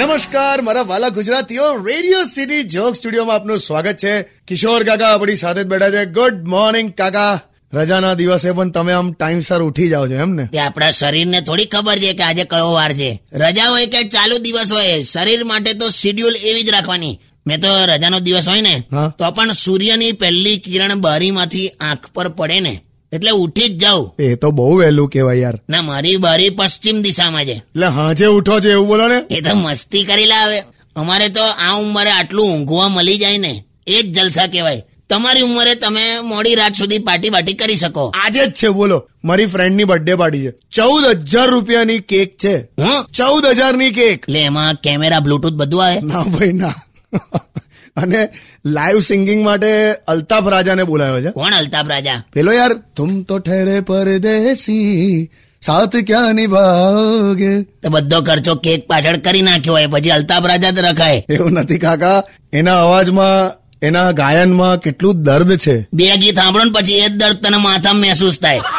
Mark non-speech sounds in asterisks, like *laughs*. નમસ્કાર મારા વાલા ગુજરાતીઓ રેડિયો સિટી જોક સ્ટુડિયોમાં આપનું સ્વાગત છે કિશોર કાકા આપણી સાથે જ બેઠા છે ગુડ મોર્નિંગ કાકા રજાના દિવસે પણ તમે આમ ટાઈમસર ઉઠી જાઓ છો એમ ને તે આપણા શરીરને થોડી ખબર છે કે આજે કયો વાર છે રજા હોય કે ચાલુ દિવસ હોય શરીર માટે તો શિડ્યુલ એવી જ રાખવાની મેં તો રજાનો દિવસ હોય ને હા. તો પણ સૂર્યની પહેલી કિરણ બારીમાંથી આંખ પર પડે ને એટલે ઉઠી જ જાઉં એ તો બહુ વહેલું કહેવાય યાર ના મારી બારી પશ્ચિમ દિશામાં છે એટલે હાજે ઉઠો છો એવું બોલો ને એ તો મસ્તી કરી લાવે અમારે તો આ ઉંમરે આટલું ઊંઘવા મળી જાય ને એ જ જલસા કહેવાય તમારી ઉંમરે તમે મોડી રાત સુધી પાર્ટી બાટી કરી શકો આજે જ છે બોલો મારી ફ્રેન્ડની બર્થડે પાર્ટી છે ચૌદ હજાર રૂપિયાની કેક છે હું ચૌદ હજારની કેક એટલે એમાં કેમેરા બ્લુટૂથ બધું આવે ના ભાઈ ના *laughs* અને લાઈવ સિંગિંગ માટે અલ્તાફ રાજાને બોલાયો છે કોણ અલ્તાફ રાજા પેલો યાર તુમ તો ઠેરે પરદેસી સાથ ક્યાં નિભાઓગે તો બધો ખર્ચો કેક પાછળ કરી નાખ્યો હોય પછી અલ્તાફ રાજા જ રખાય એવું નથી કાકા એના અવાજમાં એના ગાયનમાં કેટલું દર્દ છે બે ગીત સાંભળો ને પછી એ જ દર્દ તને માથામાં મહેસૂસ થાય